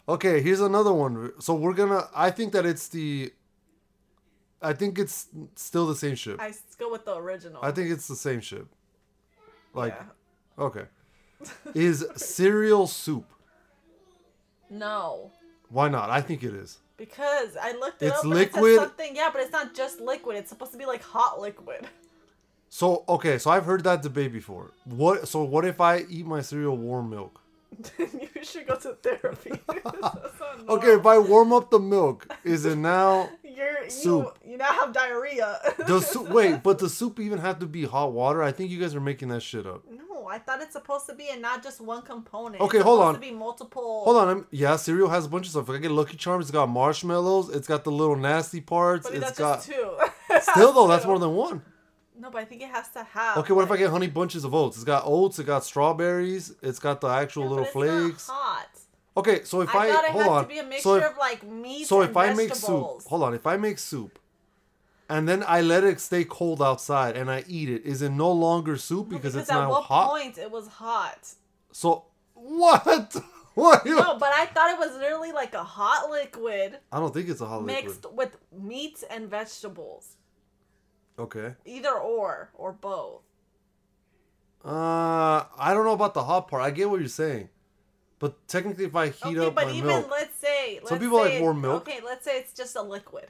A: Okay, here's another one. So we're gonna. I think that it's the. I think it's still the same ship.
B: I go with the original.
A: I think it's the same ship. Like,
B: Yeah.
A: okay, is cereal soup?
B: No.
A: Why not? I think it is.
B: Because I looked it
A: It's
B: up. And it
A: liquid.
B: says something, yeah, but it's not just liquid. It's supposed to be like hot liquid.
A: So okay, so I've heard that debate before. What? So what if I eat my cereal warm milk?
B: you should go to therapy. That's not normal.
A: Okay, if I warm up the milk, is it now?
B: You're, you
A: soup.
B: you now have diarrhea.
A: Does soup, wait, but does soup even have to be hot water? I think you guys are making that shit up.
B: no, I thought it's supposed to be and not just one component.
A: Okay,
B: It's
A: hold
B: supposed
A: on.
B: To be multiple.
A: Hold on, I'm, yeah, cereal has a bunch of stuff. If I get Lucky Charms, it's got marshmallows, it's got the little nasty parts,
B: But
A: it's
B: that's
A: got
B: just two.
A: still though that's more than one.
B: No, but I think it has to have.
A: Okay, what if I
B: like-
A: get honey bunches of oats? It's got oats, it got strawberries, it's got the actual
B: Yeah, but
A: little
B: it's not
A: flakes.
B: hot.
A: Okay, so if I,
B: I, thought it
A: hold
B: had
A: on,
B: to be a mixture
A: so if,
B: of like meat
A: so
B: and
A: if I make soup,
B: vegetables.
A: hold on, if I make soup, and then I let it stay cold outside and I eat it, is it no longer soup
B: Well,
A: because, it's
B: at
A: now
B: what
A: hot?
B: point it was hot.
A: So what? what? do you-
B: No, but I thought it was literally like a hot liquid
A: I don't think it's a hot
B: mixed
A: liquid.
B: with meat and vegetables.
A: Okay.
B: Either or or both.
A: Uh, I don't know about the hot part. I get what you're saying, but technically, if I heat
B: okay,
A: up
B: but
A: my
B: even
A: milk,
B: let's say let's
A: people like
B: say-
A: warm milk.
B: Okay, let's say it's just a liquid.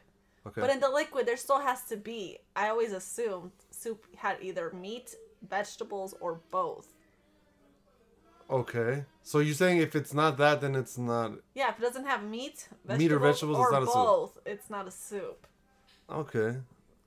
A: okay,
B: But in the liquid there still has to be I always assumed soup had either meat, vegetables, or both.
A: okay. So you're saying if it's not that, then it's not
B: Yeah, if it doesn't have meat, vegetables,
A: Meat or vegetables, it's
B: or
A: not a soup.
B: both, it's not a soup.
A: okay.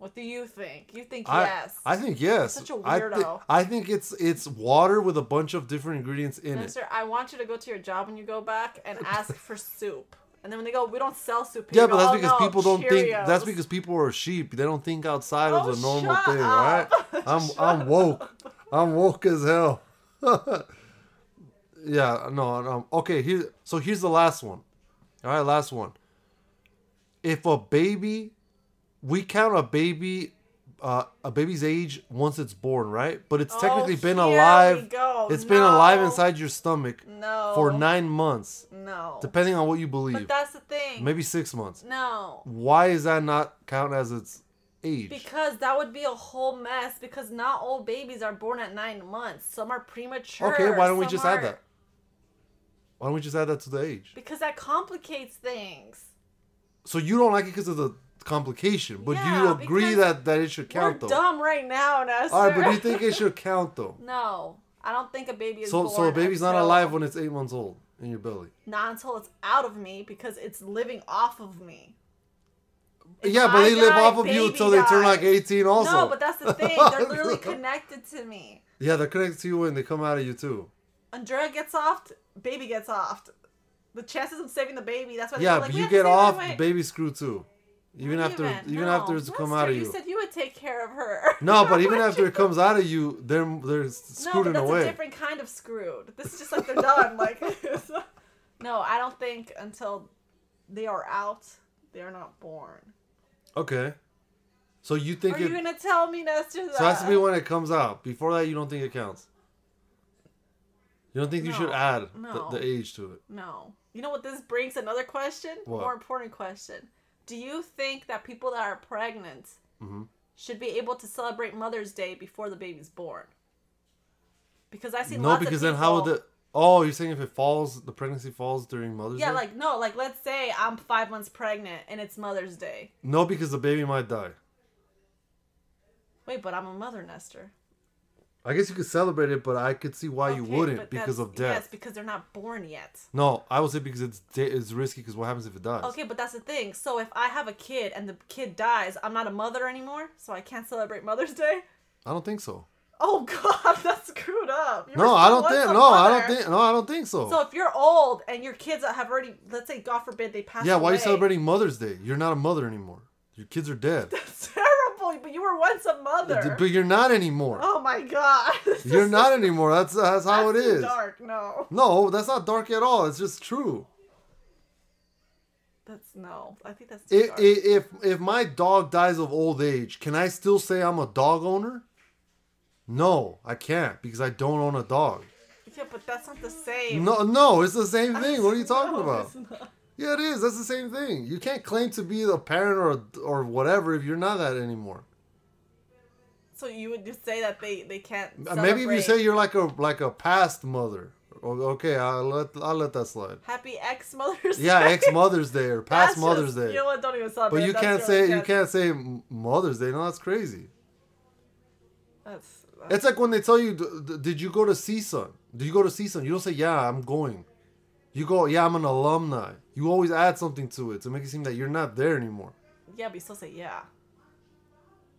B: What do you think? You think
A: I,
B: yes.
A: I think yes.
B: You're such a
A: I thi-
B: weirdo.
A: I think it's it's water with a bunch of different ingredients in it.
B: Mister, I want you to go to your job when you go back and ask for soup. And then when they go, we don't sell soup
A: Yeah,
B: here. you
A: but
B: go,
A: that's
B: "Oh,
A: because
B: no,
A: people don't think. That's
B: Cheerios."
A: because people are sheep. They don't think outside
B: Oh,
A: of the normal
B: shut
A: thing, right?
B: up.
A: I'm
B: Shut
A: I'm woke. I'm woke as hell. yeah, no, no. Okay, here. So here's the last one. All right, last one. If a baby, we count a baby, uh, a baby's age once it's born, right? But it's
B: Oh,
A: technically been
B: here we
A: alive.
B: go.
A: It's been alive
B: No.
A: inside your stomach
B: No.
A: for nine months,
B: No.
A: depending on what you believe.
B: But that's the thing.
A: Maybe six months
B: No.
A: why is that not count as its age?
B: Because that would be a whole mess because not all babies are born at nine months. Some are premature.
A: okay, why don't we
B: some
A: just
B: are-
A: add that? Why don't we just add that to the age?
B: Because that complicates things.
A: So you don't like it because of the complication, but
B: Yeah,
A: you agree
B: because
A: that that it should count
B: We're
A: though.
B: dumb right now, Nestor.
A: All right, but do you think it should count though?
B: No, I don't think a baby is.
A: so
B: born
A: so a baby's not
B: until-
A: alive when it's eight months old in your belly.
B: Not until it's out of me because it's living off of me. If
A: yeah, but
B: I
A: they live
B: die,
A: off of you
B: baby
A: until they turn like
B: dies.
A: eighteen. Also,
B: No, but that's the thing. They're literally connected to me.
A: yeah, they're connected to you when they come out of you too.
B: Andrea gets offed, baby gets offed. The chances of saving the baby, that's why they
A: yeah,
B: go like,
A: but
B: "We
A: you
B: have to
A: get
B: save
A: off,
B: my
A: the
B: wife."
A: baby's screwed too. Even
B: Not
A: after even
B: no.
A: after it's come out
B: Lester,
A: of you.
B: You said you would take care of her.
A: No, but even after it comes out of you, they're they're
B: No,
A: screwed
B: but
A: in a
B: that's a
A: way.
B: different kind of screwed. This is just like they're done. Like, no, I don't think until they are out, they are not born.
A: Okay. So you think
B: Are
A: it?
B: you uh, gonna tell me, Nestor? That?
A: so it has to be when it comes out. Before that, you don't think it counts. You don't think you should
B: No,
A: add
B: no.
A: the, the age to it.
B: No. You know what this brings another question?
A: What?
B: More important question. Do you think that people that are pregnant
A: Mm-hmm.
B: should be able to celebrate Mother's Day before the baby's born? Because I see
A: No,
B: lots
A: because
B: of
A: then how would
B: people-
A: the? Oh, you're saying if it falls, the pregnancy falls during Mother's
B: Yeah,
A: Day.
B: like no, like let's say I'm five months pregnant and it's Mother's Day.
A: no, because the baby might die.
B: Wait, but I'm a mother, Nestor.
A: I guess you could celebrate it, but I could see why you
B: Okay,
A: wouldn't
B: but
A: because
B: that's-
A: of death.
B: Yes, because they're not born yet.
A: no, I would say because it's da- it's risky. Because what happens if it dies?
B: Okay, but that's the thing. So if I have a kid and the kid dies, I'm not a mother anymore, so I can't celebrate Mother's Day.
A: I don't think so.
B: Oh God, that's screwed up. You
A: No,
B: were
A: I don't
B: once
A: think.
B: a
A: No, I don't
B: mother.
A: think. No, I don't think
B: So if you're old and your kids have already, let's say, God forbid, they passed.
A: Yeah, why are you
B: away,
A: celebrating Mother's Day? You're not a mother anymore. Your kids are dead.
B: That's terrible. But you were once a mother.
A: But you're not anymore.
B: Oh my God. This
A: You're
B: is-
A: not anymore. That's uh, that's how it
B: that's too
A: is.
B: Dark. No.
A: No, that's not dark at all. It's just true.
B: That's no. I think that's too
A: If,
B: dark.
A: if if my dog dies of old age, can I still say I'm a dog owner? No, I can't because I don't own a dog.
B: yeah, but that's not the same.
A: No, no, it's the same thing. What are you talking
B: No,
A: about?
B: it's not.
A: Yeah, it is. That's the same thing. You can't claim to be a parent or or whatever if you're not that anymore.
B: So you would just say that they they can't.
A: Uh, Maybe if you
B: celebrate.
A: say you're like a like a past mother. O- Okay, I'll let I'll let that slide.
B: happy ex Mother's
A: Yeah,
B: Day.
A: ex Mother's Day or past
B: That's
A: Mother's
B: just-
A: Day.
B: You know what? Don't even celebrate.
A: but you
B: That's
A: can't
B: really
A: say you
B: good.
A: can't say M- Mother's Day. No, that's crazy.
B: That's, uh, that's
A: It's like when they tell you, "D- d- "Did you go to CSUN? Did you go to CSUN?" You don't say, "Yeah, I'm going." You go, "Yeah, I'm an alumni." You always add something to it to make it seem that you're not there anymore.
B: yeah, but you still say yeah.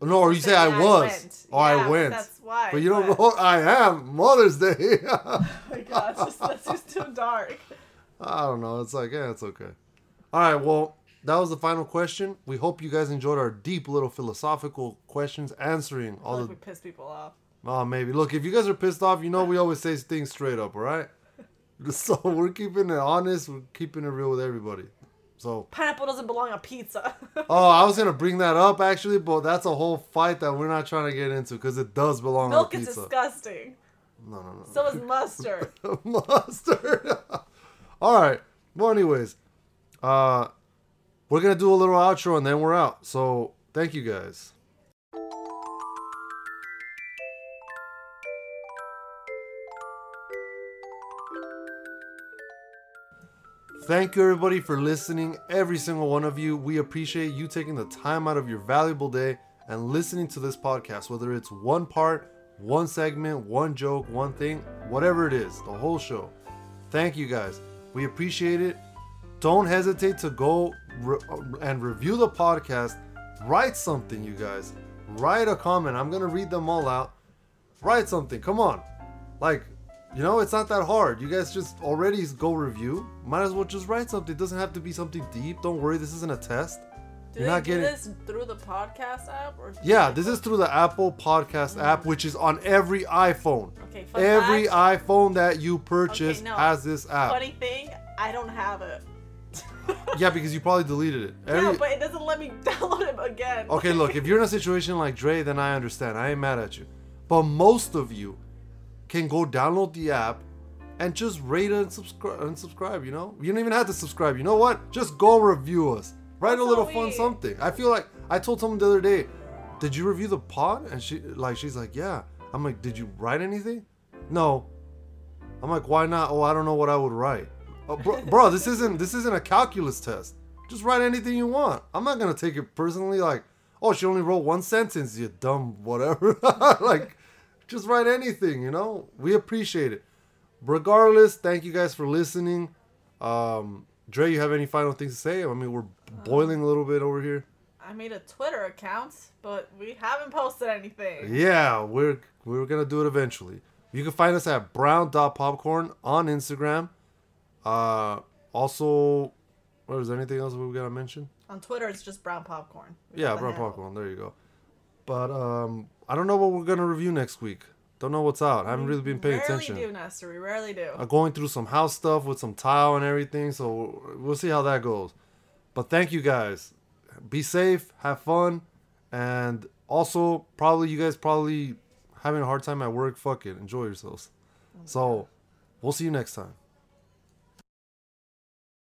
A: No, or you say,
B: Say,
A: "I
B: "Yeah, I
A: was,"
B: went."
A: or
B: Yeah,
A: "I
B: but
A: went."
B: that's why
A: But
B: I
A: you don't
B: went.
A: go, "I am Mother's Day."
B: my god, it's just, that's just too dark.
A: I don't know. It's like, yeah, it's okay. All right. Well, that was the final question. We hope you guys enjoyed our deep little philosophical questions, answering
B: I feel
A: all
B: like
A: the.
B: we piss people off.
A: Oh, maybe. Look, if you guys are pissed off, you know we always say things straight up. All right. So we're keeping it honest. We're keeping it real with everybody. So,
B: Pineapple doesn't belong on pizza.
A: oh, I was gonna bring that up actually, but that's a whole fight that we're not trying to get into because it does belong
B: Milk
A: on
B: is
A: pizza.
B: disgusting.
A: No, no, no.
B: So is mustard.
A: mustard. All right. Well, anyways, uh, we're gonna do a little outro and then we're out. So thank you guys. Thank you everybody for listening, every single one of you. We appreciate you taking the time out of your valuable day and listening to this podcast, whether it's one part, one segment, one joke, one thing, whatever it is, the whole show. Thank you guys. We appreciate it. Don't hesitate to go re- uh, and review the podcast. Write something, you guys. Write a comment. I'm going to read them all out. Write something. Come on. Like, you know, it's not that hard. You guys just already go review. Might as well just write something. It doesn't have to be something deep. Don't worry, this isn't a test.
B: Do
A: You're
B: they
A: not
B: do
A: getting-
B: this through the podcast app or?
A: Yeah, this is through the Apple Podcast app, which is on every iPhone.
B: Mm. Okay. Fun
A: Every
B: fact,
A: iPhone that you purchase
B: Okay, no.
A: has this app.
B: funny thing, I don't have it.
A: Yeah, because you probably deleted it.
B: yeah,
A: Every-
B: but it doesn't let me download it again.
A: okay, look, if you're in a situation like Dre, then I understand. I ain't mad at you. But most of you can go download the app and just rate and subscribe and subscribe, you know? You don't even have to subscribe. You know what? Just go review us. Write a
B: That's
A: little
B: so
A: fun
B: weird.
A: something. I feel like I told someone the other day, "Did you review the pod?" and she like she's like, "Yeah." I'm like, "Did you write anything?" No. I'm like, "Why not?" "Oh, I don't know what I would write." Oh, bro, bro, this isn't this isn't a calculus test. Just write anything you want. I'm not going to take it personally like, "Oh, she only wrote one sentence, you dumb whatever." like just write anything, you know? We appreciate it. Regardless, thank you guys for listening. Um, Dre, you have any final things to say? I mean, we're boiling a little bit over here.
B: I made a Twitter account, but we haven't posted anything.
A: Yeah, we're we're gonna do it eventually. You can find us at brown.popcorn on Instagram. Uh, also, what is there anything else we gotta mention?
B: On Twitter, it's just brown popcorn. We
A: Yeah,
B: got the
A: brown
B: handle.
A: popcorn. There you go. But um, I don't know what we're gonna review next week. Don't know what's out. I haven't really been paying
B: rarely
A: attention.
B: do, Nestor. We rarely do.
A: uh, going through some house stuff with some tile and everything. So we'll see how that goes. But thank you guys. Be safe, have fun, and also probably you guys probably having a hard time at work. Fuck it, enjoy yourselves. So we'll see you next time.